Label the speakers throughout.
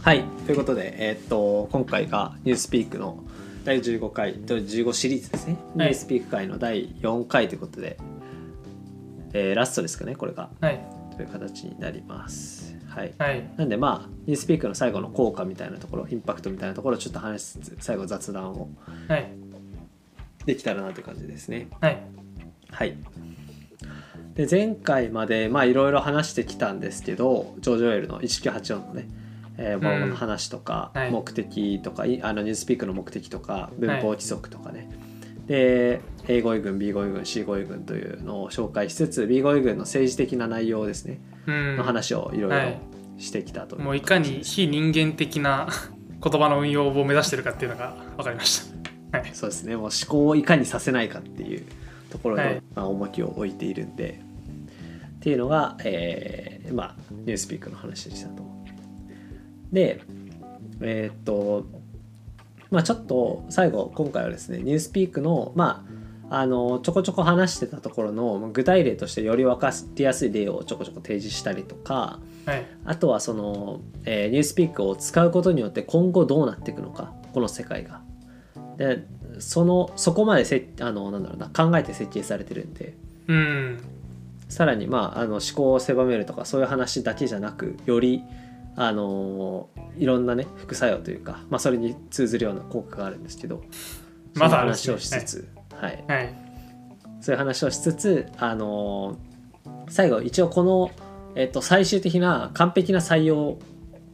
Speaker 1: はいということで、えーっと今回が「ニュースピークの第15回と15シリーズですね、
Speaker 2: はい
Speaker 1: ニュースピーク回の第4回ということで、えーラストですかねこれが
Speaker 2: はい
Speaker 1: という形になります。はい
Speaker 2: はい
Speaker 1: なんでまあ「ニュースピークの最後の効果みたいなところインパクトみたいなところをちょっと話しつつ最後雑談を
Speaker 2: はい
Speaker 1: できたらなという感じですね。
Speaker 2: はい
Speaker 1: はい、で前回までまあいろいろ話してきたんですけどジョージ・オエルの1984のね、えー、ものの話とか、
Speaker 2: はい
Speaker 1: 目的とかいあのニュースピークの目的とか文法規則とかね、で A 語彙群 B 語彙群 C 語彙群というのを紹介しつつ B 語彙群の政治的な内容ですね
Speaker 2: うん
Speaker 1: の話をいろいろ
Speaker 2: はい
Speaker 1: してきたという
Speaker 2: もういかに非人間的な 言葉の運用を目指してるかっていうのが分かりましたはい
Speaker 1: そうですねもう思考をいかにさせないかっていうところに、
Speaker 2: はい
Speaker 1: まあ、重きを置いているんでっていうのが、えーまあ、ニュースピークの話でしたと。でえーっとまあちょっと最後今回はですねニュースピークのまああのちょこちょこ話してたところの具体例としてより分かりやすい例をちょこちょこ提示したりとか
Speaker 2: はい
Speaker 1: あとはその、えーニュースピークを使うことによって今後どうなっていくのかこの世界が。でそのそこまでせあのなんだろうな考えて設計されてるんで
Speaker 2: うん
Speaker 1: さらに、まあ、あの思考を狭めるとかそういう話だけじゃなくよりあのーいろんなね副作用というか、まあ、それに通ずるような効果があるんですけど
Speaker 2: まだ
Speaker 1: そ
Speaker 2: あ
Speaker 1: の
Speaker 2: るんです
Speaker 1: 話
Speaker 2: ね
Speaker 1: をしつつ、はい、
Speaker 2: はい
Speaker 1: そういう話をしつつ、あのー最後一応この、えっと、最終的な完璧な採用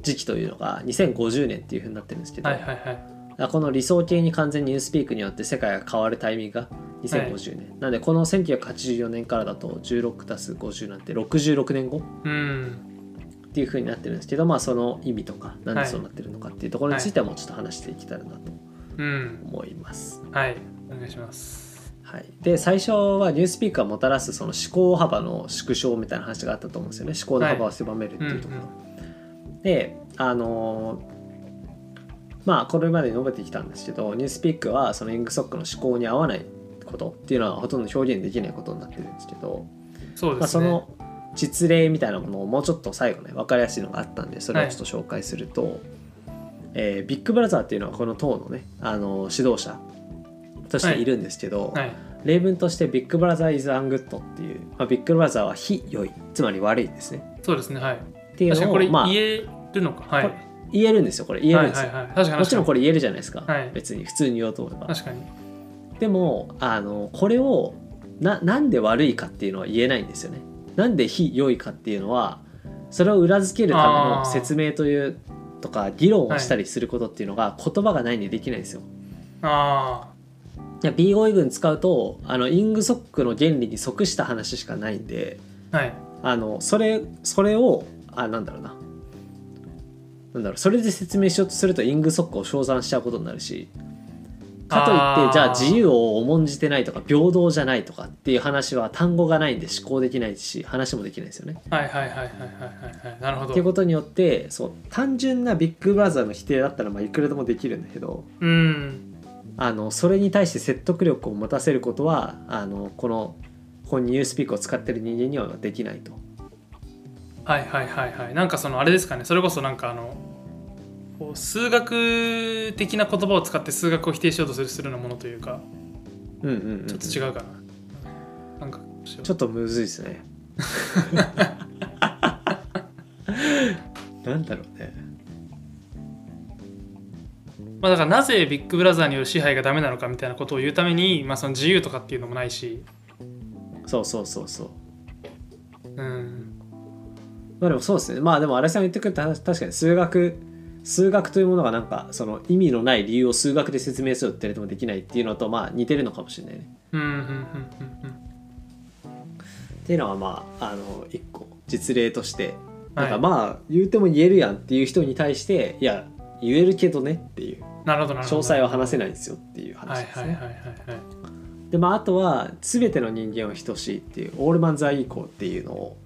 Speaker 1: 時期というのが2050年っていうふうになってるんですけど、
Speaker 2: はいはいはい
Speaker 1: あこの理想系に完全にニュースピークによって世界が変わるタイミングが2050年、なんでこの1984年からだと 16+50 なんて66年後
Speaker 2: うん
Speaker 1: っていうふうになってるんですけどまあその意味とかなんでそうなってるのかっていうところについてはもうちょっと話していけたらなと
Speaker 2: うん
Speaker 1: 思います。
Speaker 2: はいお願いします
Speaker 1: はい、で最初はニュースピークがもたらすその思考幅の縮小みたいな話があったと思うんですよね思考の幅を狭めるっていうところ。
Speaker 2: はい
Speaker 1: であのーまあこれまでに述べてきたんですけどニュースピークはそのイングソックの思考に合わないことっていうのはほとんど表現できないことになってるんですけど、
Speaker 2: そう
Speaker 1: ま
Speaker 2: で
Speaker 1: あ、
Speaker 2: す
Speaker 1: そ
Speaker 2: ね、
Speaker 1: の実例みたいなものをもうちょっと最後ね分かりやすいのがあったんでそれをちょっと紹介すると、えービッグブラザーっていうのはこの党のねあの指導者としているんですけど、
Speaker 2: はい
Speaker 1: 例文としてビッグブラザー is ungood っていう、まあ、ビッグブラザーは非良いつまり悪いですね
Speaker 2: そうですねはい
Speaker 1: っていう
Speaker 2: 確か
Speaker 1: のを
Speaker 2: にこれ
Speaker 1: まあ
Speaker 2: 言えるのか、はい
Speaker 1: こ言えるんですよこれ言え
Speaker 2: は
Speaker 1: るん
Speaker 2: い
Speaker 1: です
Speaker 2: は
Speaker 1: よ、
Speaker 2: いはい確かに確かに
Speaker 1: もちろんこれ言えるじゃないですか、
Speaker 2: はい
Speaker 1: 別に普通に言おうと思えば
Speaker 2: 確かに
Speaker 1: でもあのこれをななんで悪いかっていうのは言えないんですよねなんで非良いかっていうのはそれを裏付けるための
Speaker 2: あー
Speaker 1: 説明というとか議論をしたりすることっていうのが言葉がないんでできないんですよ、
Speaker 2: あ
Speaker 1: いや B 語彙群使うとあのイングソックの原理に即した話しかないんで
Speaker 2: あはい
Speaker 1: あのそれそれをあなんだろうななんだろうそれで説明しようとするとイングソックを称賛しちゃうことになるしかとい
Speaker 2: あ
Speaker 1: っ
Speaker 2: ー
Speaker 1: てじゃあ自由を重んじてないとか平等じゃないとかっていう話は単語がないんで思考できないし話もできないですよね。
Speaker 2: はいはいはいはいはいはいなるほ
Speaker 1: っ
Speaker 2: ど
Speaker 1: ていうことによってそう単純なビッグブラザーの否定だったらまあいくらでもできるんだけど
Speaker 2: うん
Speaker 1: あのそれに対して説得力を持たせることはあのこのこのニュースピークを使ってる人間にはできないと。
Speaker 2: はいはいはいはいなんかそのあれですかねそれこそなんかあのこう数学的な言葉を使って数学を否定しようとするするようなものというか
Speaker 1: うんうんうんうん
Speaker 2: ちょっと違うかな、なんかしよう
Speaker 1: ちょっとむずいです ね。なんだろうね。
Speaker 2: まあだからなぜビッグブラザーによる支配がダメなのかみたいなことを言うためにまあその自由とかっていうのもないし
Speaker 1: そうそうそうそう。
Speaker 2: うん
Speaker 1: まあでもそうですね。まあでも荒井さんが言ってくれた話確かに数学数学というものがなんかその意味のない理由を数学で説明するってでもできないっていうのとまあ似てるのかもしれないね。
Speaker 2: うんうんうんうん
Speaker 1: っていうのはまああの一個実例として
Speaker 2: うん
Speaker 1: なん
Speaker 2: は
Speaker 1: か
Speaker 2: い
Speaker 1: まあ言うても言えるやんっていう人に対していや言えるけどねっていう
Speaker 2: なるほどなる
Speaker 1: 詳
Speaker 2: ほど
Speaker 1: 細は話せ
Speaker 2: ない
Speaker 1: ないんですよっていう話
Speaker 2: はい
Speaker 1: です
Speaker 2: は
Speaker 1: ね。
Speaker 2: いはいはいはい
Speaker 1: でまあ、あとは全ての人間は等しいっていうオールマンザイーコーっていうのを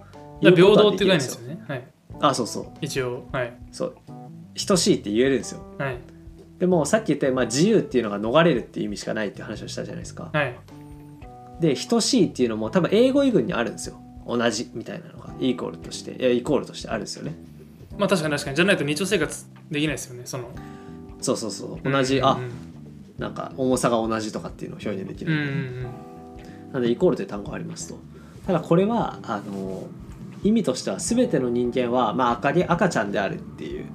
Speaker 2: だから
Speaker 1: 言う
Speaker 2: 平
Speaker 1: こと
Speaker 2: 等
Speaker 1: は
Speaker 2: って
Speaker 1: き
Speaker 2: いう
Speaker 1: るん
Speaker 2: 概念ですよねはい
Speaker 1: あそうそう
Speaker 2: 一応はい
Speaker 1: そう等しいって言えるんですよ
Speaker 2: はい
Speaker 1: でもさっき言ったようにまあ、自由っていうのが逃れるっていう意味しかないっていう話をしたじゃないですか
Speaker 2: はい
Speaker 1: で等しいっていうのも多分英語以群にあるんですよ同じみたいなのがイコールとしていやイコールとしてあるんですよね
Speaker 2: まあ確かに確かにじゃないと日常生活できないですよねその
Speaker 1: そうそうそう同じ、あ
Speaker 2: うん
Speaker 1: なんか重さが同じとかっていうのを表現でき
Speaker 2: うんう
Speaker 1: なんい、
Speaker 2: うん
Speaker 1: なのでイコールという単語がありますとただこれはあの意味としては全ての人間は、まあ、赤に赤ちゃんであるっていう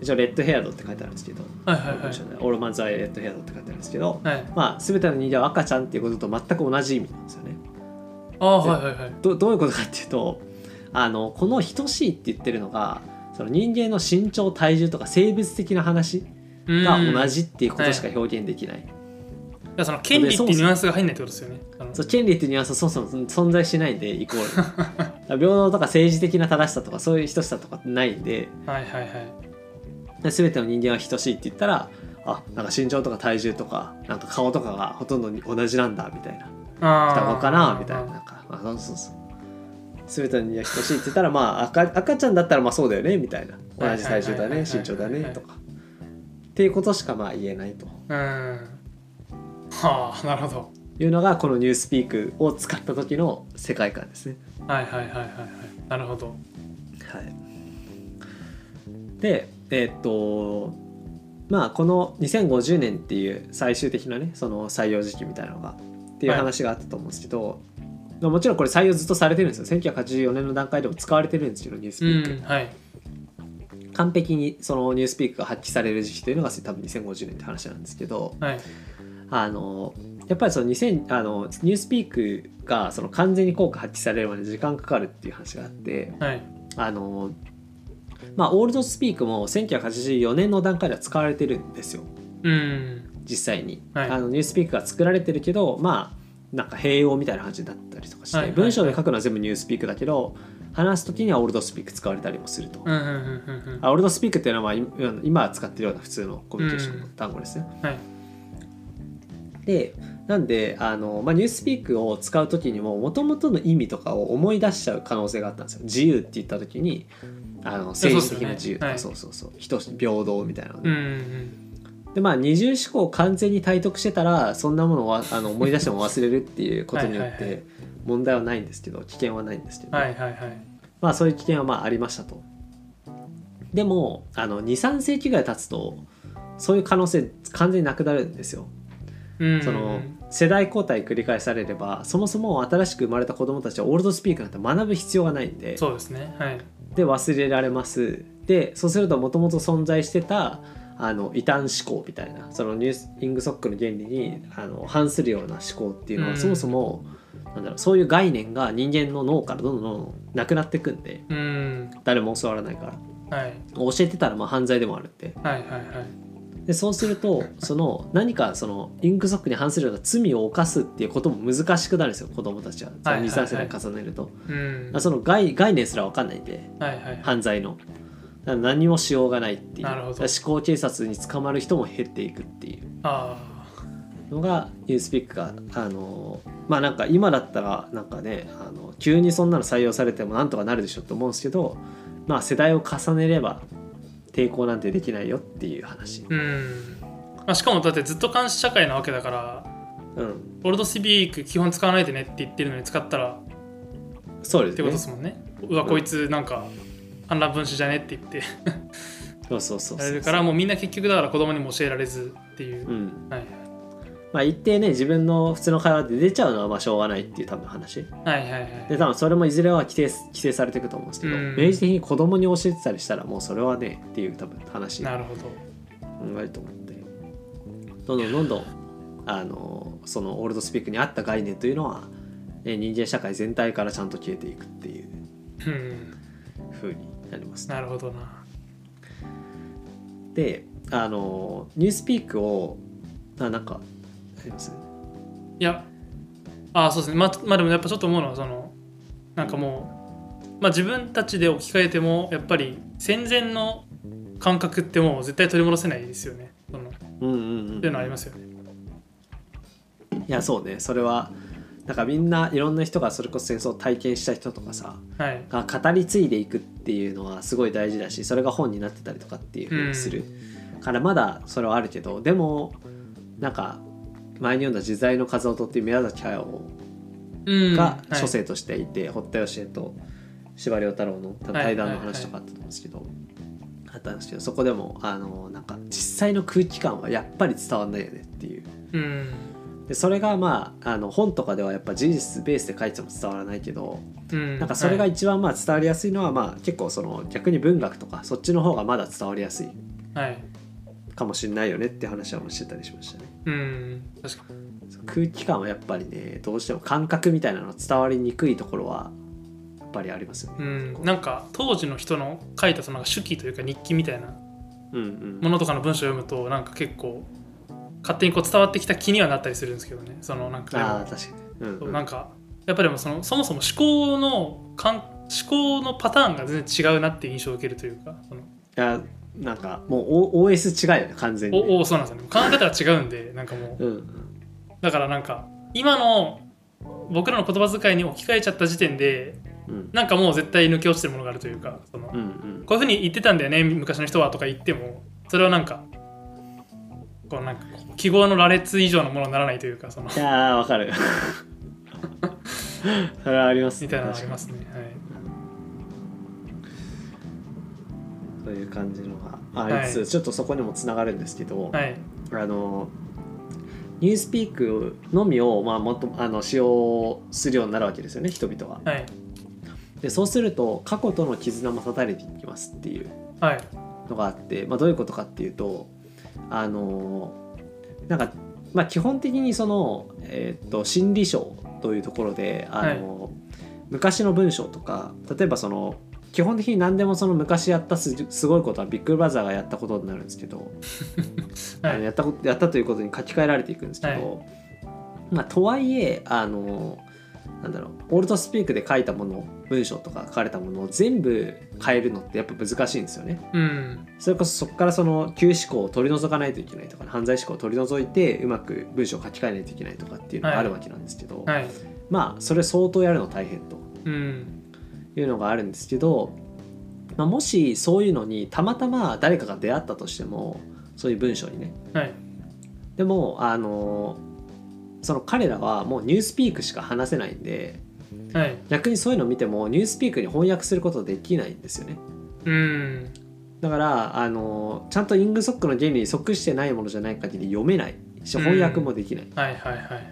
Speaker 1: 一応レッドヘアドって書いてあるんですけど、
Speaker 2: はいはいはい
Speaker 1: オールマンズアイレッドヘアドって書いてあるんですけど、
Speaker 2: はい
Speaker 1: まあ、全ての人間は赤ちゃんっていうことと全く同じ意味なんですよね
Speaker 2: ああはいはいはい
Speaker 1: どどういうことかっていうとあのこの「等しい」って言ってるのがその人間の身長体重とか性別的な話
Speaker 2: うん
Speaker 1: が同じっていうことしか表現できない、
Speaker 2: だからその権利っていうニュアンスが入んないってことですよねあの
Speaker 1: そう権利っていうニュアンスはそもそも存在しないんでイコールだか ら平等とか政治的な正しさとかそういう等しさとかってないんで
Speaker 2: はいはいはい
Speaker 1: 全ての人間は等しいって言ったらあなんか身長とか体重とかなんか顔とかがほとんどに同じなんだみたいな
Speaker 2: あ
Speaker 1: 双
Speaker 2: あ
Speaker 1: 子かなみたいななんか、まあ、そうそうそう全ての人間は等しいって言ったらまあ赤赤ちゃんだったらまあそうだよねみたいな同じ体重だ
Speaker 2: はいはいはいはい
Speaker 1: ね身長だねとかっていうことしかまあ言えないと
Speaker 2: うんはあなるほど
Speaker 1: いうのがこの「ニュースピークを使った時の世界観ですね。
Speaker 2: はいはいはいはいはいなるほど
Speaker 1: はい、でえーっとまあこの2050年っていう最終的なねその採用時期みたいなのがっていう話があったと思うんですけど、まあもちろんこれ採用ずっとされてるんですよ1984年の段階でも使われてるんですけどニュースピ
Speaker 2: う
Speaker 1: ーク、
Speaker 2: んはい
Speaker 1: 完璧にそのニュースピークが発揮される時期というのが多分2050年って話なんですけど
Speaker 2: はい
Speaker 1: あのやっぱりその2000あのニュースピークがその完全に効果発揮されるまで時間かかるっていう話があって、
Speaker 2: はい
Speaker 1: あのまあオールドスピークも1984年の段階では使われてるんですよ
Speaker 2: うん
Speaker 1: 実際に、
Speaker 2: はい
Speaker 1: あのニュースピークが作られてるけどまあなんか併用みたいな感じになったりとかして、
Speaker 2: はいはい
Speaker 1: 文章で書くのは全部ニュースピークだけど話す時にはオールドスピーク使われたりもすると、
Speaker 2: うんうんうんうんうん
Speaker 1: あオールドスピークっていうのは、まあ、今今使ってるような普通のコミュニケーションの単語ですね、
Speaker 2: はい
Speaker 1: でなんであの、まあ、ニュースピークを使う時にももともとの意味とかを思い出しちゃう可能性があったんですよ自由って言った時にあの政治的な自由とか
Speaker 2: そ
Speaker 1: そううそうそう,、人平等みたいなので,、
Speaker 2: うんうん
Speaker 1: でまあ二重思考を完全に体得してたらそんなものはあの思い出しても忘れるっていうことによっ
Speaker 2: はいはいは
Speaker 1: て問題はないんですけど危険はないんですけど、
Speaker 2: はいはいはい
Speaker 1: まあそういう危険はまあありましたと。でもあの23世紀ぐらい経つとそういう可能性完全になくなるんですよ。
Speaker 2: うん
Speaker 1: その世代交代繰り返されればそもそも新しく生まれた子どもたちはオールドスピークなんて学ぶ必要がないんで
Speaker 2: そうですねはい
Speaker 1: で忘れられますでそうするともともと存在してたあの異端思考みたいなそのニュースイングソックの原理にあの反するような思考っていうの
Speaker 2: うん
Speaker 1: はそもそも、なんだろうそういう概念が人間の脳からどんどんどんどんなくなってくんで
Speaker 2: うん
Speaker 1: 誰も教わらないから
Speaker 2: はい
Speaker 1: 教えてたらまあ犯罪でもあるって
Speaker 2: はいはいはい
Speaker 1: でそうするとその何かそのインクソックに反するような罪を犯すっていうことも難しくなるんですよ子供たちはその
Speaker 2: はいはいはい
Speaker 1: 23世代重ねると、
Speaker 2: うん
Speaker 1: あその概概念すら分かんないんで
Speaker 2: はいはいはい
Speaker 1: 犯罪のだから何もしようがないっていう
Speaker 2: なるほど
Speaker 1: だから思考警察に捕まる人も減っていくっていう
Speaker 2: あ
Speaker 1: のがニュースピックがあのまあなんか今だったらなんかねあの急にそんなの採用されてもなんとかなるでしょと思うんですけどまあ世代を重ねれば抵抗なんてできないよっていう話
Speaker 2: ー。うんあしかもだってずっと監視社会なわけだから
Speaker 1: うん
Speaker 2: オールドシビーク基本使わないでねって言ってるのに使ったら
Speaker 1: そうで
Speaker 2: っ
Speaker 1: す
Speaker 2: て
Speaker 1: ね
Speaker 2: ことですもんねうわこいつなんか反乱分子じゃねって言って
Speaker 1: そうそうそう
Speaker 2: や
Speaker 1: そう
Speaker 2: れるからもうみんな結局だから子供にも教えられずっていうう、
Speaker 1: ん
Speaker 2: はい
Speaker 1: まあ、一定ね自分の普通の会話で出ちゃうのはまあしょうがないっていう多分話
Speaker 2: はいはいはい
Speaker 1: で多分それもいずれは規定規制されていくと思うんですけど、
Speaker 2: うん
Speaker 1: 明示的に子供に教えてたりしたらもうそれはねっていう多分話
Speaker 2: な
Speaker 1: が
Speaker 2: るほど
Speaker 1: あると思ってどんどんどんどんあのそのオールドスピークに合った概念というのは、ね、人間社会全体からちゃんと消えていくっていう
Speaker 2: うん
Speaker 1: 風になりますね
Speaker 2: なるほどな
Speaker 1: であのニュースピークをあなんかあります
Speaker 2: いやあそうですねまあまあでもやっぱちょっと思うのはそのなんかもう、まあ、自分たちで置き換えてもやっぱり戦前の感覚ってもう絶対取り戻せないですよねそのっ
Speaker 1: うんうんうん
Speaker 2: ていうのはありますよね
Speaker 1: いやそうねそれはなんかみんないろんな人がそれこそ戦争を体験した人とかさ
Speaker 2: はい
Speaker 1: が語り継いでいくっていうのはすごい大事だしそれが本になってたりとかっていうふうにする、からまだそれはあるけどでもなんか前に読んだ「自在の風音」っていう宮崎駿
Speaker 2: うん
Speaker 1: が
Speaker 2: はい
Speaker 1: 書生としていて、堀田芳恵と司馬遼太郎の対談の話とかあったと思うんですけど、あったんですけどそこでもあのなんか実際の空気感はやっぱり伝わんないよねっていう
Speaker 2: うん
Speaker 1: でそれがまああの本とかではやっぱ事実ベースで書いても伝わらないけど
Speaker 2: うん
Speaker 1: なんかそれが
Speaker 2: はい
Speaker 1: 一番まあ伝わりやすいのはまあ結構その逆に文学とかそっちの方がまだ伝わりやすい
Speaker 2: はい
Speaker 1: かもしれないよねって話はもうしてたりしましたね
Speaker 2: うん確かに
Speaker 1: そう空気感はやっぱりねどうしても感覚みたいなの伝わりにくいところはやっぱりありますよね、
Speaker 2: うんなんか当時の人の書いたそのなんか手記というか日記みたいな
Speaker 1: うんうん
Speaker 2: ものとかの文章を読むとなんか結構勝手にこう伝わってきた気にはなったりするんですけどねそのなんかでも
Speaker 1: ああ確かに、うん、
Speaker 2: そううんなんかやっぱりでもそのそもそも思考のかん思考のパターンが全然違うなっていう印象を受けるというかその
Speaker 1: いやなんかもう O- OS 違うよね完全にね、
Speaker 2: おおそうなんですよね考え方が違うんでなんかもう
Speaker 1: うんうん
Speaker 2: だからなんか今の僕らの言葉遣いに置き換えちゃった時点で
Speaker 1: うん
Speaker 2: なんかもう絶対抜け落ちてるものがあるというかその、
Speaker 1: うんうん
Speaker 2: こういうふうに言ってたんだよね昔の人はとか言ってもそれはなんかこうなんかこう記号の羅列以上のものにならないというかその
Speaker 1: いやーわかる それはあります
Speaker 2: みたいなのがありますね。はい
Speaker 1: という感じのがありつつ、ちょっとそこにもつながるんですけど、
Speaker 2: はい、
Speaker 1: あのニュースピークのみを、まあ、もっとあの使用するようになるわけですよね人々は。
Speaker 2: はい、
Speaker 1: でそうすると過去との絆も断たれていきますっていう
Speaker 2: はい、
Speaker 1: のがあって、まあ、どういうことかっていうとあのなんか、まあ、基本的にその、えーっと心理書というところであの、昔の文章とか例えばその基本的に何でもその昔やったすすごいことはビッグブラザーがやったことになるんですけど、
Speaker 2: は
Speaker 1: あの
Speaker 2: い、
Speaker 1: やったことやったということに書き換えられていくんですけど、まあ、とはいえあのなんだろうオールドスピークで書いたもの文章とか書かれたものを全部変えるのってやっぱ難しいんですよね。
Speaker 2: うん、
Speaker 1: それこそそこからその旧思考を取り除かないといけないとか、犯罪思考を取り除いてうまく文章を書き換えないといけないとかっていうのがあるわけなんですけど、
Speaker 2: はい、
Speaker 1: まあそれ相当やるの大変と
Speaker 2: うん、
Speaker 1: いうのがあるんですけど、まあ、もしそういうのにたまたま誰かが出会ったとしてもそういう文章にね
Speaker 2: はい、
Speaker 1: でもあのその彼らはもうニュースピークしか話せないんで
Speaker 2: はい、
Speaker 1: 逆にそういうのを見てもニュースピークに翻訳することできないんですよね
Speaker 2: うん、
Speaker 1: だからあのちゃんとイングソックの原理に即してないものじゃない限り読めないし翻訳もできないっ
Speaker 2: はい、はい、はい、はい。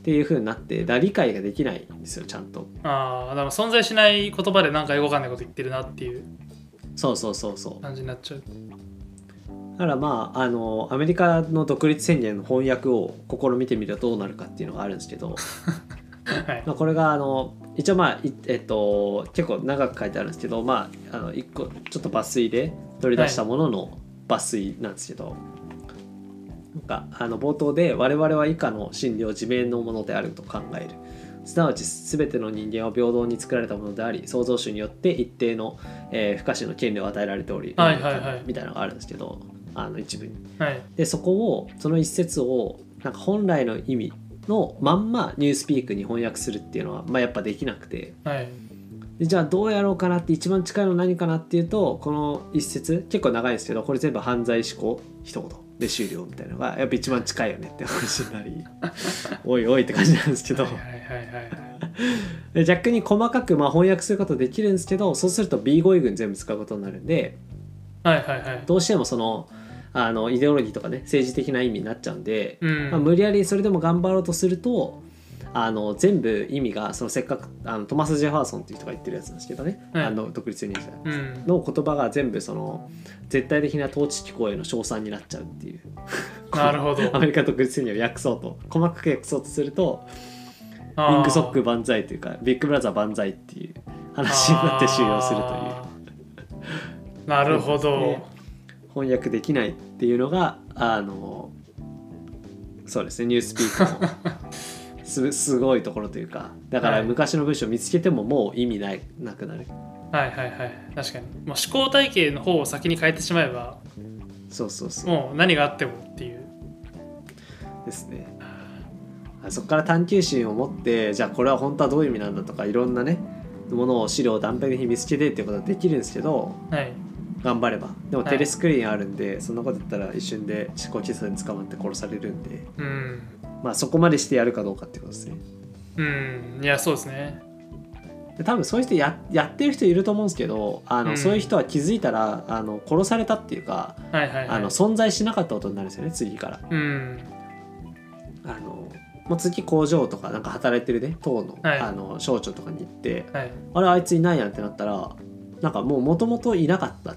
Speaker 1: ていう風になってだから理解ができないんですよちゃんと
Speaker 2: ああ、だから存在しない言葉でなんかよくわかんないこと言ってるなっていう
Speaker 1: そうそうそうそう
Speaker 2: 感じになっちゃう。
Speaker 1: だからまああのアメリカの独立宣言の翻訳を試みてみるとどうなるかっていうのがあるんですけど
Speaker 2: はい、
Speaker 1: まあ、これがあの一応まあいえっと結構長く書いてあるんですけどまああの一個ちょっと抜粋で取り出したものの抜粋なんですけど、なんかあの冒頭で「我々は以下の真理を自明のものであると考える」すなわち全ての人間は平等に作られたものであり創造主によって一定の、えー不可視の権利を与えられており、
Speaker 2: はいはいはい
Speaker 1: みたいなのがあるんですけどあの一部に。
Speaker 2: はい、
Speaker 1: でそこをその一節をなんか本来の意味のまんまニュースピークに翻訳するっていうのは、まあ、やっぱできなくて
Speaker 2: はい、
Speaker 1: でじゃあどうやろうかなって一番近いの何かなっていうとこの一節結構長いんですけどこれ全部犯罪思考一言で終了みたいなのがやっぱ一番近いよねって話にな りおいおいって感じなんですけど
Speaker 2: はい、はい、はい、はい。
Speaker 1: で逆に細かくまあ翻訳することできるんですけどそうすると B 語彙群全部使うことになるんで
Speaker 2: はい、はい、はい。
Speaker 1: どうしてもそのあのイデオロギーとかね政治的な意味になっちゃうんで
Speaker 2: うん、
Speaker 1: まあ、無理やりそれでも頑張ろうとするとあの全部意味がそのせっかくあのトマス・ジェファーソンっていう人が言ってるやつなんですけどね、
Speaker 2: はい
Speaker 1: あの独立人者
Speaker 2: うん、
Speaker 1: の言葉が全部その絶対的な統治機構への称賛になっちゃうっていう
Speaker 2: なるほど。
Speaker 1: アメリカ独立人を訳そうと細かく訳そうとすると
Speaker 2: あー
Speaker 1: インクソック万歳というかビッグブラザー万歳っていう 話になって終了するという
Speaker 2: あーなるほど。
Speaker 1: そうですね翻訳できないっていうのがあのそうですねニュースピーク のすすごいところというかだか
Speaker 2: は
Speaker 1: ら
Speaker 2: い
Speaker 1: 昔の文章を見つけてももう意味ないなくなる
Speaker 2: はい、はい、はい。確かに。もう思考体系の方を先に変えてしまえば、
Speaker 1: そうそうそう
Speaker 2: もう何があってもっていう。
Speaker 1: ですねあそこから探求心を持ってじゃあこれは本当はどういう意味なんだとかいろんなねものを資料を断片的に見つけてっていうことはできるんですけど
Speaker 2: はい。
Speaker 1: 頑張ればでも
Speaker 2: はい
Speaker 1: テレスクリーンあるんで、そんなこと言ったら一瞬で思考喫茶に捕まって殺されるんで
Speaker 2: うん。
Speaker 1: まあそこまでしてやるかどうかってことですね
Speaker 2: うん、いや、そうですね。
Speaker 1: で多分そういう人ややってる人いると思うんですけどあの、
Speaker 2: うん
Speaker 1: そういう人は気づいたらあの殺されたっていうか、
Speaker 2: はいはいはい
Speaker 1: あの存在しなかったことになるんですよね次から。
Speaker 2: うん
Speaker 1: あのもう次工場とかなんか働いてるね党の,、
Speaker 2: はい
Speaker 1: あの省庁とかに行って
Speaker 2: はい
Speaker 1: あれあいついないやんってなったらなんかもうもともといなかったよ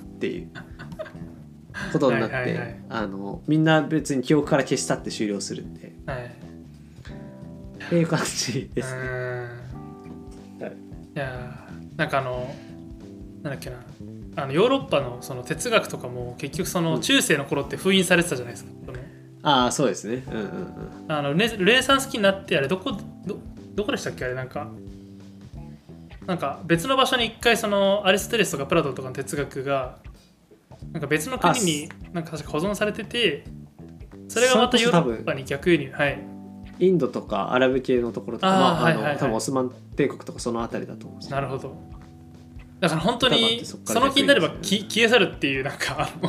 Speaker 1: っていう ことになって
Speaker 2: はいはいはい
Speaker 1: あのみんな別に記憶から消したって終了するんで
Speaker 2: はい
Speaker 1: っていう感じですね。
Speaker 2: うん
Speaker 1: はい
Speaker 2: いやーなんかあのなんだっけなあのヨーロッパのその哲学とかも結局そうの
Speaker 1: ん
Speaker 2: 中世の頃って封印されてたじゃないですか、その
Speaker 1: ああそうですね。うんうんうん。
Speaker 2: あのルネルネサンス期になってあれどこどどこでしたっけあれなんかなんか別の場所に一回そのアリストテレスとかプラトンとかの哲学がなんか別の国になんか確か保存されててそれがまた
Speaker 1: そ
Speaker 2: ヨ
Speaker 1: れこ
Speaker 2: ー
Speaker 1: そ
Speaker 2: ロ
Speaker 1: 多分
Speaker 2: ッパに逆輸入はい
Speaker 1: インドとかアラブ系のところとかまああ
Speaker 2: あー
Speaker 1: の、
Speaker 2: はいはいはい
Speaker 1: 多分オスマン帝国とかその辺りだと思うんですよ
Speaker 2: なるほどだから本当
Speaker 1: だっ
Speaker 2: に
Speaker 1: てそ
Speaker 2: そ
Speaker 1: っから
Speaker 2: の気になれば
Speaker 1: 逆輸入です
Speaker 2: き消え去るっていうなんかあ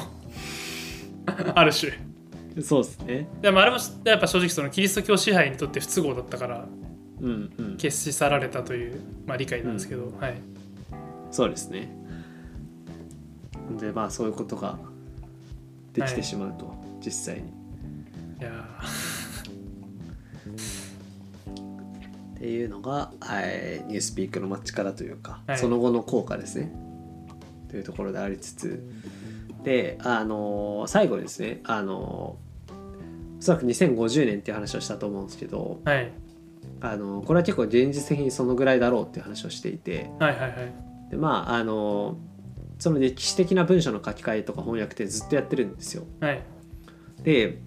Speaker 2: の ある種
Speaker 1: そうですね。
Speaker 2: でもあれもやっぱ正直そのキリスト教支配にとって不都合だったから
Speaker 1: うんうん。
Speaker 2: 消し去られたという、まあ、理解なんですけど、はい
Speaker 1: そうですね。でまあそういうことができてしまうと、実際に。
Speaker 2: いやー
Speaker 1: っていうのが、えーニュースピークのマッチからというか、
Speaker 2: はい
Speaker 1: その後の効果ですねというところでありつつで、あのー最後にですね、あのーおそらく2050年っていう話をしたと思うんですけど、
Speaker 2: はい
Speaker 1: あのーこれは結構現実的にそのぐらいだろうっていう話をしていて
Speaker 2: はいはいはい
Speaker 1: でまああのーその歴史的な文章の書き換えとか翻訳ってずっとやってるんですよ。
Speaker 2: はい
Speaker 1: で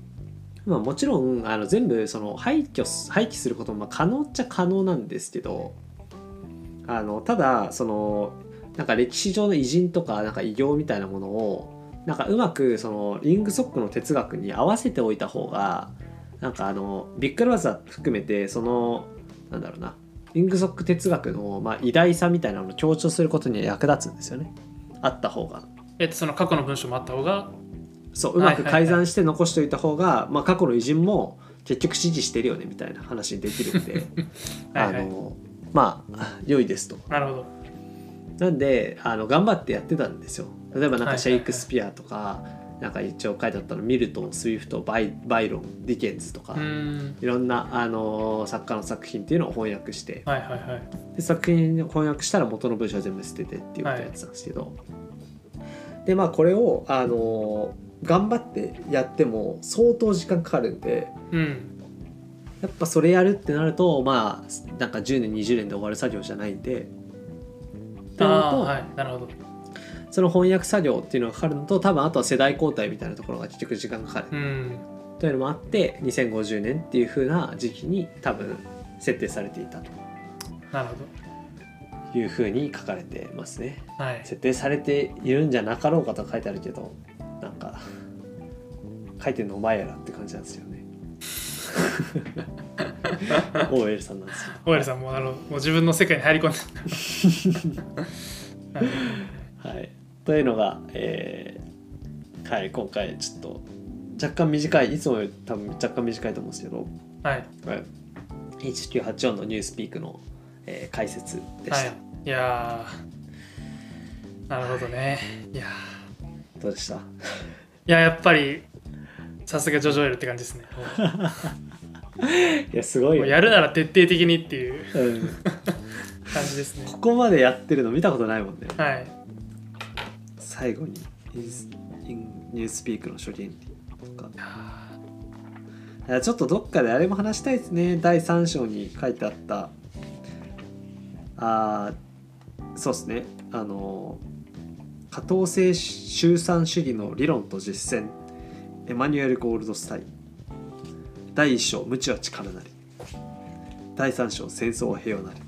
Speaker 1: まあ、もちろんあの全部その廃墟す廃棄することもまあ可能っちゃ可能なんですけどあのただそのなんか歴史上の偉人とかなんか偉業みたいなものをなんかうまくそのリングソックの哲学に合わせておいた方がなんかあのビッグバザー含めてそのなんだろうなリングソック哲学のまあ偉大さみたいなのを強調することには役立つんですよねあった方が。
Speaker 2: えっとその過去の文章もあった方が
Speaker 1: そうう
Speaker 2: は
Speaker 1: ま
Speaker 2: いはい
Speaker 1: く
Speaker 2: はい
Speaker 1: 改ざんして残しておいた方が、まあ、過去の偉人も結局支持してるよねみたいな話にできるんで
Speaker 2: はいはい
Speaker 1: あのまあ良いですと。
Speaker 2: なるほど
Speaker 1: なんであの頑張ってやってたんですよ。例えばなんか
Speaker 2: はいはいはい
Speaker 1: シェイクスピアとか、なんか一応書いてあったのミルトンスウィフトバイバイロンディケンズとか、
Speaker 2: うーん
Speaker 1: いろんなあの作家の作品っていうのを翻訳して
Speaker 2: はいはいはい
Speaker 1: で作品を翻訳したら元の文章は全部捨ててっていうことをやってたんですけど、でまあこれをあのー頑張ってやっても相当時間かかるんで
Speaker 2: うん
Speaker 1: やっぱそれやるってなるとまあなんか10年20年で終わる作業じゃないんで。って
Speaker 2: あ
Speaker 1: なる
Speaker 2: あ
Speaker 1: と、
Speaker 2: はいなるほど
Speaker 1: その翻訳作業っていうのがかかるのと多分あとは世代交代みたいなところが結局時間かかる、
Speaker 2: うん
Speaker 1: というのもあって2050年っていう風な時期に多分設定されていたと
Speaker 2: なるほ
Speaker 1: いう風に書かれてますね。
Speaker 2: どはい
Speaker 1: 設定されているんじゃなかろうかと書いてあるけどなんか書いてるのお前やらって感じなんですよ ね OL さんなんですよ
Speaker 2: 小原さんもうなるほどもう自分の世界に入り込んではい
Speaker 1: はいというのが、えーはい今回ちょっと若干短いいつもより多分若干短いと思うんですけど、
Speaker 2: はい
Speaker 1: はい、1984のニュースピークの、えー解説でした、
Speaker 2: はいいやーなるほどねいやー
Speaker 1: どうでした
Speaker 2: いややっぱりさすがジョジョエルって感じですねも
Speaker 1: いやすご
Speaker 2: う
Speaker 1: い
Speaker 2: も
Speaker 1: よ
Speaker 2: うやるなら徹底的にっていう
Speaker 1: うん、
Speaker 2: 感じですね
Speaker 1: ここまでやってるの見たことないもんね
Speaker 2: はい
Speaker 1: 最後に「is in Newspeak」の諸原理とかいやちょっとどっかであれも話したいですね第3章に書いてあったあーそうですねあのー可等性集産主義の理論と実践エマニュエル・ゴールドスタイン第1章「無知は力なり」第3章「戦争は平和なり」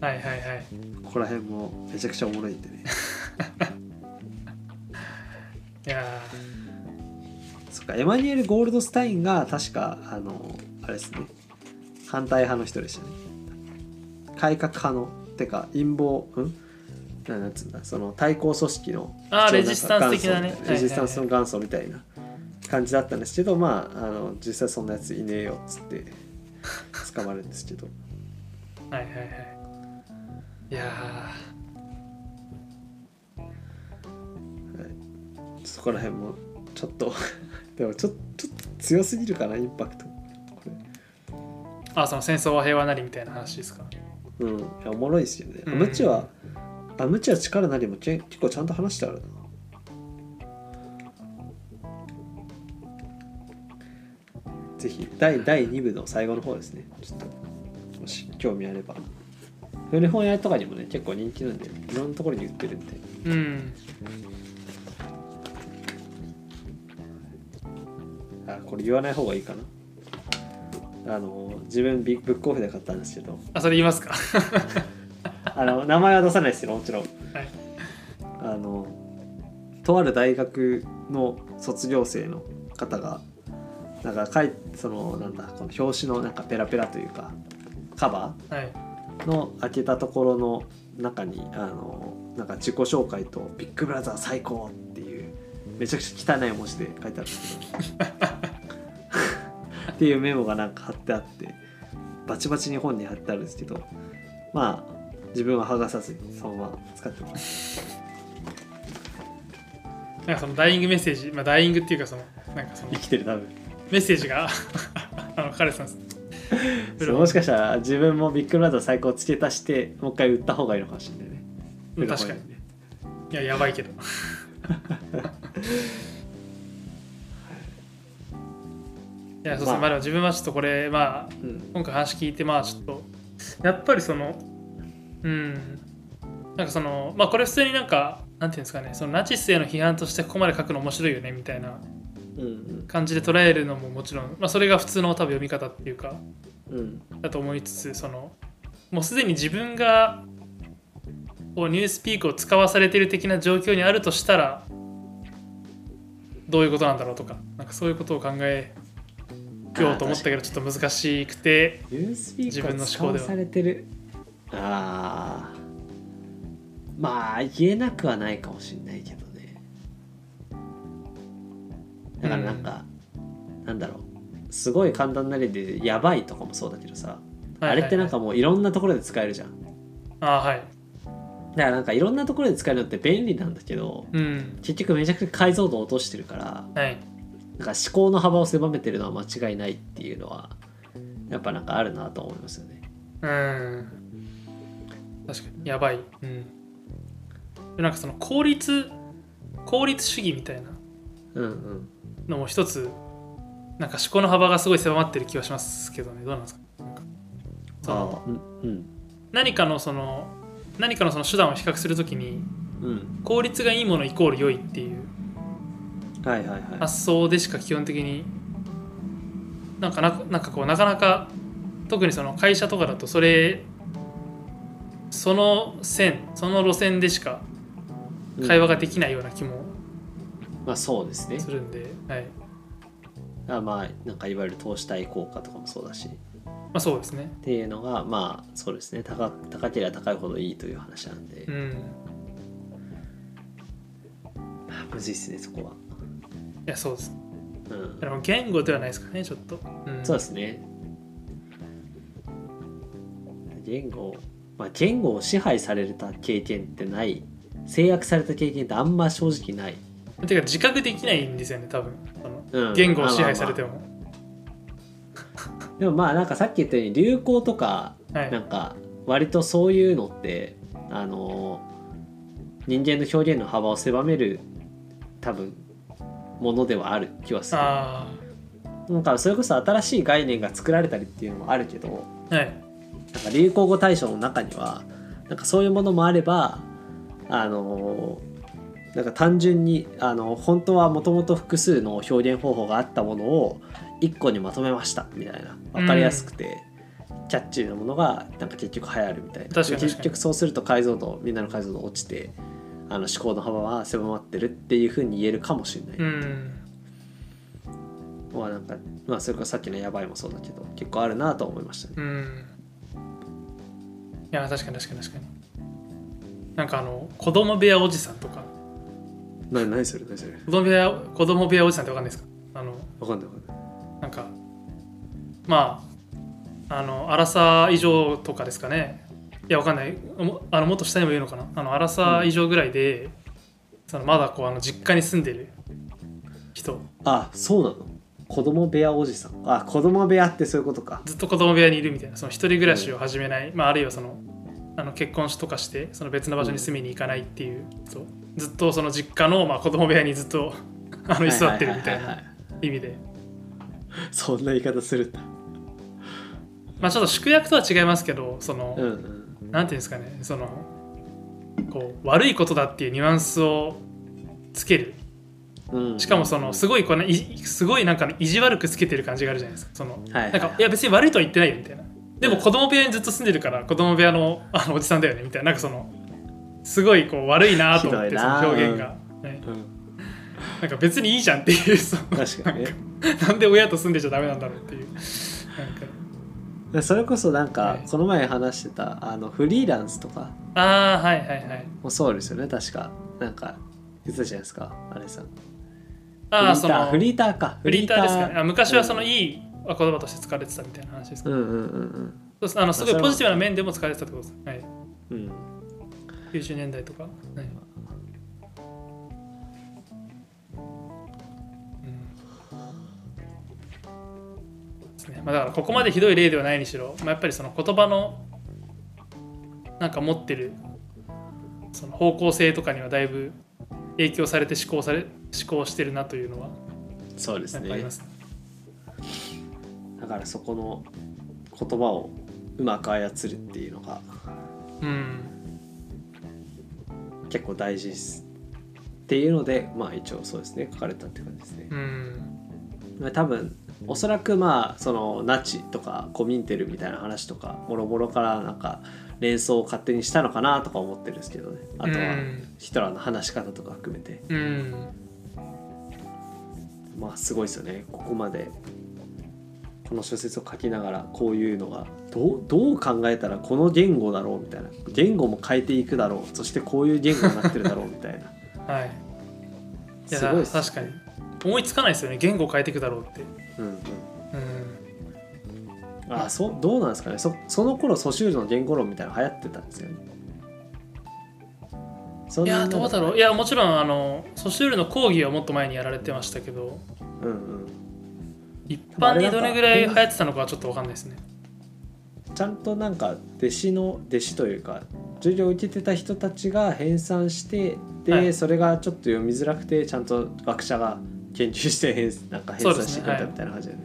Speaker 2: はいはいはい
Speaker 1: ここら辺もめちゃくちゃおもろいんでね
Speaker 2: いや
Speaker 1: そっかエマニュエル・ゴールドスタインが確かあのあれですね反対派の人でしたね改革派のてか陰謀うんななんつうんだその対抗組織の一応なん
Speaker 2: あー
Speaker 1: か
Speaker 2: レジスタンス的なね
Speaker 1: 元祖みたいレジ
Speaker 2: はいはいはい
Speaker 1: スタンスの元祖みたいな感じだったんですけどまああの実際そんなやついねえよっつって捕まるんですけど
Speaker 2: ーはいはいはいいや
Speaker 1: そこら辺もちょっと でもちょちょっと強すぎるかなインパクトこ
Speaker 2: ーあその戦争は平和なりみたいな話ですか
Speaker 1: れうんいやおもろいですよね、
Speaker 2: うん
Speaker 1: アムチはアムチは力なりもけ結構ちゃんと話してあるなぜひ第第2部の最後の方ですねちょっともし興味あれば古本屋とかにもね結構人気なんでいろんなところに売ってるんで
Speaker 2: うん
Speaker 1: あこれ言わない方がいいかなあの自分ビブックオフで買ったんですけど
Speaker 2: あそれ言いますか
Speaker 1: あの名前は出さないですよもちろん
Speaker 2: はい
Speaker 1: あのとある大学の卒業生の方がなんか書いそのなんだこの表紙のなんかペラペラというかカバ
Speaker 2: はい
Speaker 1: ーの開けたところの中にあのなんか自己紹介と「ビッグブラザー最高!」っていうめちゃくちゃ汚い文字で書いてあるんですけど っていうメモがなんか貼ってあってバチバチに本に貼ってあるんですけどまあ自分は剥がさずにそのまま使ってます。
Speaker 2: なんかそのダイイングメッセージ、まあ、ダイイングっていうかそのなんかその
Speaker 1: 生きてる多分
Speaker 2: メッセージが あの彼さんです
Speaker 1: そうもしかしたら自分もビッグブラザー最高付け足してもう一回売った方がいいのかもしれないね
Speaker 2: うん確かに
Speaker 1: に
Speaker 2: いややばいけど いやそうですね
Speaker 1: まあ
Speaker 2: まあでも自分はちょっとこれまあ
Speaker 1: うん
Speaker 2: 今回話聞いてまあちょっとやっぱりそのうんなんかそのまあこれ普通になんかなんていうんですかねそのナチスへの批判としてここまで書くの面白いよねみたいな
Speaker 1: うん
Speaker 2: 感じで捉えるのももちろん、まあ、それが普通の多分読み方っていうか
Speaker 1: うん
Speaker 2: だと思いつつそのもうすでに自分がこうニュースピークを使わされてる的な状況にあるとしたらどういうことなんだろうとかなんかそういうことを考えようと思ったけどちょっと難しくて
Speaker 1: ニュースピーカー
Speaker 2: 自
Speaker 1: 使
Speaker 2: 分の
Speaker 1: わ
Speaker 2: 思考では
Speaker 1: されてるあーまあ言えなくはないかもしれないけどねだからなんか、なんだろうすごい簡単な例で「やばい」とかもそうだけどさ、あれってなんかもういろんなところで使えるじゃん
Speaker 2: ああはい
Speaker 1: だからなんかいろんなところで使えるのって便利なんだけど
Speaker 2: うん
Speaker 1: 結局めちゃくちゃ解像度を落としてるから
Speaker 2: はい
Speaker 1: なんか思考の幅を狭めてるのは間違いないっていうのはやっぱなんかあるなと思いますよね。
Speaker 2: うん確かにやばいうんでなんかその効率効率主義みたいな
Speaker 1: うんうん、
Speaker 2: のも一つなんか思考の幅がすごい狭まってる気はしますけどねどうなんですかなんかその
Speaker 1: あうん
Speaker 2: 何かのその何かのその手段を比較するときに
Speaker 1: うん
Speaker 2: 効率がいいものイコール良いっていう
Speaker 1: うんはいはいはい。
Speaker 2: 発想でしか基本的になんかななんかこうなかなか特にその会社とかだとそれその線その路線でしか
Speaker 1: うん
Speaker 2: 会話ができないような気も
Speaker 1: まあそうですね
Speaker 2: す。るんで、はい
Speaker 1: あまあなんかいわゆる投資対効果とかもそうだしっ
Speaker 2: まあそうですね
Speaker 1: ていうのがまあそうですね高高ければ高いほどいいという話なんで、
Speaker 2: うん
Speaker 1: まあむずいっすねそこは。
Speaker 2: いやそうです
Speaker 1: うん
Speaker 2: で、も言語ではないですかねちょっと、うん、
Speaker 1: そうですね。言語、まあ、言語を支配された経験ってない制約された経験ってあんま正直ない、
Speaker 2: てか自覚できないんですよね多分その
Speaker 1: うん
Speaker 2: 言語を支配されて
Speaker 1: も、
Speaker 2: も、
Speaker 1: まあまあでもまあなんかさっき言ったように流行とか
Speaker 2: はい
Speaker 1: なんか割とそういうのってあの人間の表現の幅を狭める多分ものではある気はする
Speaker 2: あ
Speaker 1: なんかそれこそ新しい概念が作られたりっていうのもあるけど、
Speaker 2: あはい
Speaker 1: なんか流行語大賞の中にはなんかそういうものもあればあのーなんか単純にあの本当はもともと複数の表現方法があったものを1個にまとめましたみたいな分かりやすくて、キャッチーなものがなんか結局流行るみたいな
Speaker 2: 確かに確かに
Speaker 1: 結局そうすると解像度みんなの解像度落ちてあの思考の幅は狭まってるっていうふうに言えるかもしれない。
Speaker 2: うん
Speaker 1: まあなんかまあ、それからさっきの「やばい」もそうだけど結構あるなと思いましたね。
Speaker 2: うんいや確かに確かに確かになんかあの子供部屋おじさんとか
Speaker 1: な何それ何それ
Speaker 2: 子供部屋子供部屋おじさんってわかんないですかあの
Speaker 1: 分かんない分かんない。
Speaker 2: なんかまああの荒さ以上とかですかねいやわかんないもあのもっと下にも言うのかなあの荒さ以上ぐらいで、そのまだこうあの実家に住んでる人
Speaker 1: あそうなの子供部屋おじさんあ子供部屋ってそういうことか
Speaker 2: ずっと子供部屋にいるみたいなその一人暮らしを始めない、まあ、あるいはそのあの結婚とかしてその別の場所に住みに行かないっていう、そうずっとその実家の、まあ、子供部屋にずっと あの居座ってるみたい
Speaker 1: はは
Speaker 2: な
Speaker 1: はは
Speaker 2: 意味で、
Speaker 1: そんな言い方するんだ
Speaker 2: まあ、ちょっと宿泊とは違いますけどその、
Speaker 1: うんうん
Speaker 2: なんていうんですかねそのこう悪いことだっていうニュアンスをつける
Speaker 1: うん
Speaker 2: しかもそのすごいこのいすごいなんかね意地悪くつけてる感じがあるじゃないですかその
Speaker 1: はいは
Speaker 2: ないんかいや別に悪いとは言ってないよみたいなでも子供部屋にずっと住んでるから子供部屋のあのおじさんだよねみたいななんかそのすごいこう悪いなと思っ
Speaker 1: ひど
Speaker 2: て
Speaker 1: い
Speaker 2: その
Speaker 1: な
Speaker 2: 表現が、ね、
Speaker 1: うん
Speaker 2: なんか別にいいじゃんっていうその
Speaker 1: 確かにね
Speaker 2: なんで親と住んでちゃダメなんだろうっていうなんか
Speaker 1: それこそなんか
Speaker 2: はい
Speaker 1: この前話してたあのフリーランスとか
Speaker 2: ああはいはいはい
Speaker 1: もそうですよね確かなんか言ってたじゃないですかあれさん
Speaker 2: ああ
Speaker 1: フ
Speaker 2: そ
Speaker 1: リータ
Speaker 2: の
Speaker 1: ーフリーターか
Speaker 2: フリーターですかねあ昔はその
Speaker 1: うん
Speaker 2: いい言葉として使われてたみたいな話ですか、
Speaker 1: うんうんうん
Speaker 2: そうですあのすごいポジティブな面でも使われてたってことです、はい、
Speaker 1: うんうん
Speaker 2: 90年代とか、はいうんですねまあ、だからここまでひどい例ではないにしろ、まあ、やっぱりその言葉のなんか持ってるその方向性とかにはだいぶ影響されて思考され思考してるなというのは
Speaker 1: そうです
Speaker 2: やっぱあり
Speaker 1: ね
Speaker 2: ますね
Speaker 1: だからそこの言葉をうまく操るっていうのが
Speaker 2: うん
Speaker 1: 結構大事ですっていうのでまあ一応そうですね書かれたって感じですね
Speaker 2: うん
Speaker 1: まあ多分おそらくまあそのナチとかコミンテルみたいな話とかもろもろからなんか連想を勝手にしたのかなとか思ってるんですけどねあと
Speaker 2: う
Speaker 1: は
Speaker 2: ん
Speaker 1: ヒトラーの話し方とか含めて
Speaker 2: うん
Speaker 1: まあすごいですよねここまでこの小説を書きながらこういうのがどうどう考えたらこの言語だろうみたいな言語も変えていくだろうそしてこういう言語になってるだろうみたいな
Speaker 2: はいいや
Speaker 1: すごいっす
Speaker 2: 確かに思いつかないですよね言語を変えていくだろうって
Speaker 1: うんうん
Speaker 2: うん
Speaker 1: あそうどうなんですかねそその頃ソシュールの言語論みたいなの流行ってたんですよねそん
Speaker 2: い
Speaker 1: な
Speaker 2: やどうだろういやもちろんあのソシュールの講義はもっと前にやられてましたけど
Speaker 1: うんうん
Speaker 2: 一般にどれぐらい流行ってたのかはちょっと分かんないですね
Speaker 1: ちゃんとなんか弟子の弟子というか授業を受けてた人たちが編纂してで、
Speaker 2: はい
Speaker 1: それがちょっと読みづらくてちゃんと学者が研究して編なんか編
Speaker 2: そう
Speaker 1: 纂
Speaker 2: ですね
Speaker 1: してくれ
Speaker 2: は
Speaker 1: た
Speaker 2: い
Speaker 1: みたいな感じだよ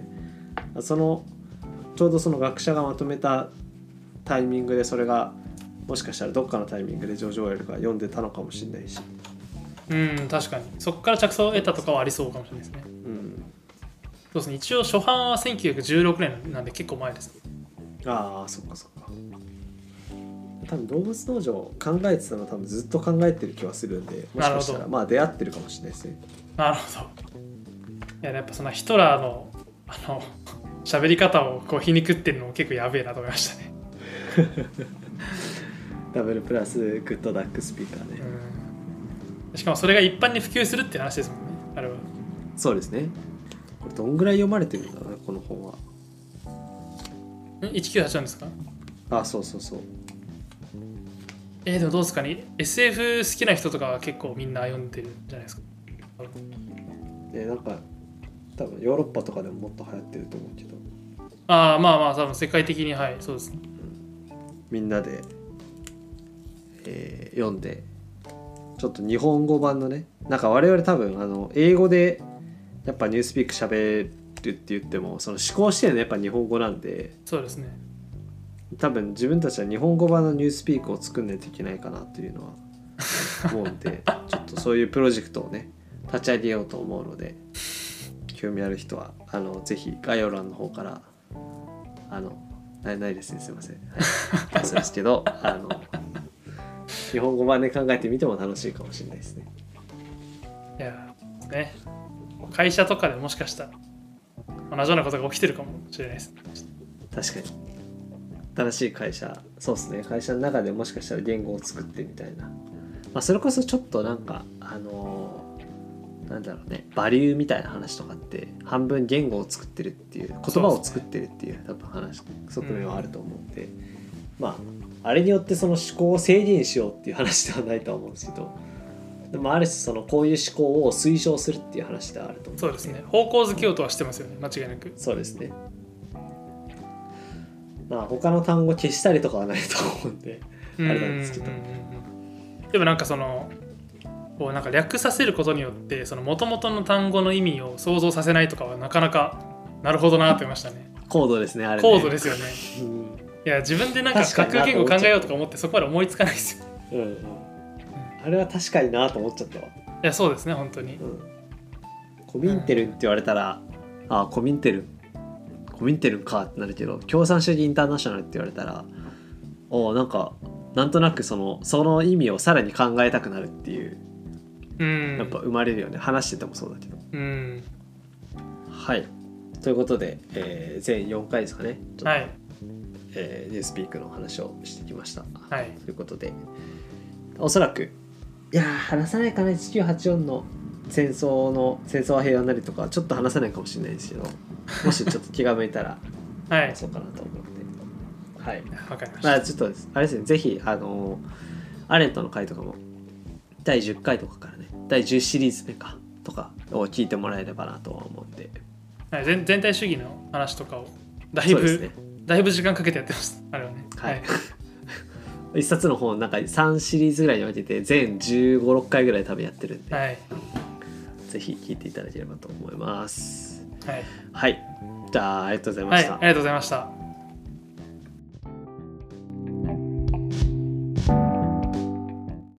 Speaker 1: ね。そのちょうどその学者がまとめたタイミングでそれがもしかしたらどっかのタイミングでジョージ・オーエルが読んでたのかもしれないし。
Speaker 2: うん確かにそこから着想を得たとかはありそうかもしれないですね
Speaker 1: うん
Speaker 2: そうですね一応初版は1916年なんで結構前ですね
Speaker 1: ああそっかそっか多分動物農場を考えてたの多分ずっと考えてる気はするんでもしかした
Speaker 2: なるほ
Speaker 1: ら
Speaker 2: ど
Speaker 1: まあ出会ってるかもしれないですね
Speaker 2: なるほどいややっぱそのヒトラーのあの喋り方をこう皮肉ってるのも結構やべえなと思いましたね
Speaker 1: ダブルプラスグッドダックスピーカーね、
Speaker 2: しかもそれが一般に普及するっていう話ですもんねあれは
Speaker 1: そうですねこれどんぐらい読まれてるんだろうねこの本は
Speaker 2: ん1984ですか
Speaker 1: あそうそうそう
Speaker 2: えー、でもどうですかね SF 好きな人とかは結構みんな読んでるんじゃないですか
Speaker 1: でなんか多分ヨーロッパとかでももっと流行ってると思うけど
Speaker 2: ああまあまあ多分世界的にはいそうですね
Speaker 1: みんなで、えー読んでちょっと日本語版のねなんか我々多分あの英語でやっぱ「ニュースピックしゃべるって言ってもその思考してるのはやっぱ日本語なんで
Speaker 2: そうですね
Speaker 1: 多分自分たちは日本語版の「ニュースピークを作んないといけないかなというのは思うんでちょっとそういうプロジェクトをね立ち上げようと思うので興味ある人はあのぜひ概要欄の方からあのないないですねすいません、はい、そうですけどあの日本語版で考えてみても楽しいかもしれないですね
Speaker 2: いやーね会社とかでもしかしたら同じようなことが起きてるかもしれないですね
Speaker 1: 確かに新しい会社そうですね会社の中でもしかしたら言語を作ってみたいな、まあ、それこそちょっとなんかあのーなんだろうねバリューみたいな話とかって半分言語を作ってるっていう言葉を作ってるっていう多分話側面はあると思うんでまああれによってその思考を制限しようっていう話ではないとは思うんですけどでもある種そのこういう思考を推奨するっていう話ではあると思うん
Speaker 2: そうですね方向づけようとはしてますよね間違いなく
Speaker 1: そうですねまあ他の単語消したりとかはないと思うんで
Speaker 2: あ
Speaker 1: れなんですけど
Speaker 2: でもなんかそのこうなんか略させることによってその元々の単語の意味を想像させないとかはなかなかなるほどなって思いましたね
Speaker 1: 高度ですねあれね
Speaker 2: 高度ですよね
Speaker 1: うん
Speaker 2: いや自分でなんか
Speaker 1: 確か
Speaker 2: 架
Speaker 1: にな
Speaker 2: 空言語考えようとか思ってそこまで思いつかないですよ
Speaker 1: うんうんあれは確かになと思っちゃったわ、
Speaker 2: いやそうですね本当に
Speaker 1: うん、コミンテルンって言われたら、あコミンテルンコミンテルンかってなるけど共産主義インターナショナルって言われたらおなんかなんとなくそのその意味をさらに考えたくなるっていう
Speaker 2: うん
Speaker 1: やっぱ生まれるよね、話しててもそうだけど
Speaker 2: うん
Speaker 1: はいということで、えー全4回ですかねちょっと
Speaker 2: はい
Speaker 1: えーニュースピークの話をしてきました、
Speaker 2: はい
Speaker 1: ということでおそらくいやー話さないかな1984の戦争の戦争は平和になりとかはちょっと話さないかもしれない ですけどもしちょっと気が向いたら
Speaker 2: は い
Speaker 1: そうかなと思ってはい
Speaker 2: わかりました、
Speaker 1: まあちょっとですあれですねぜひあのーアレントの回とかも第10回とかからね第10シリーズ目かとかを聞いてもらえればなとは思って
Speaker 2: はい、全全体主義の話とかをだい
Speaker 1: そうで
Speaker 2: ぶ、
Speaker 1: すね
Speaker 2: だいぶ時間かけてやってましたあれはね
Speaker 1: はい 一冊の本なんか3シリーズぐらいに分けて全1 5 6回ぐらい多分やってるんで、
Speaker 2: はい、はい
Speaker 1: ぜひ聞いていただければと思います
Speaker 2: はい
Speaker 1: はいじゃあありがとうございま
Speaker 2: はい、
Speaker 1: し
Speaker 2: あ
Speaker 1: た、
Speaker 2: りがとうございました。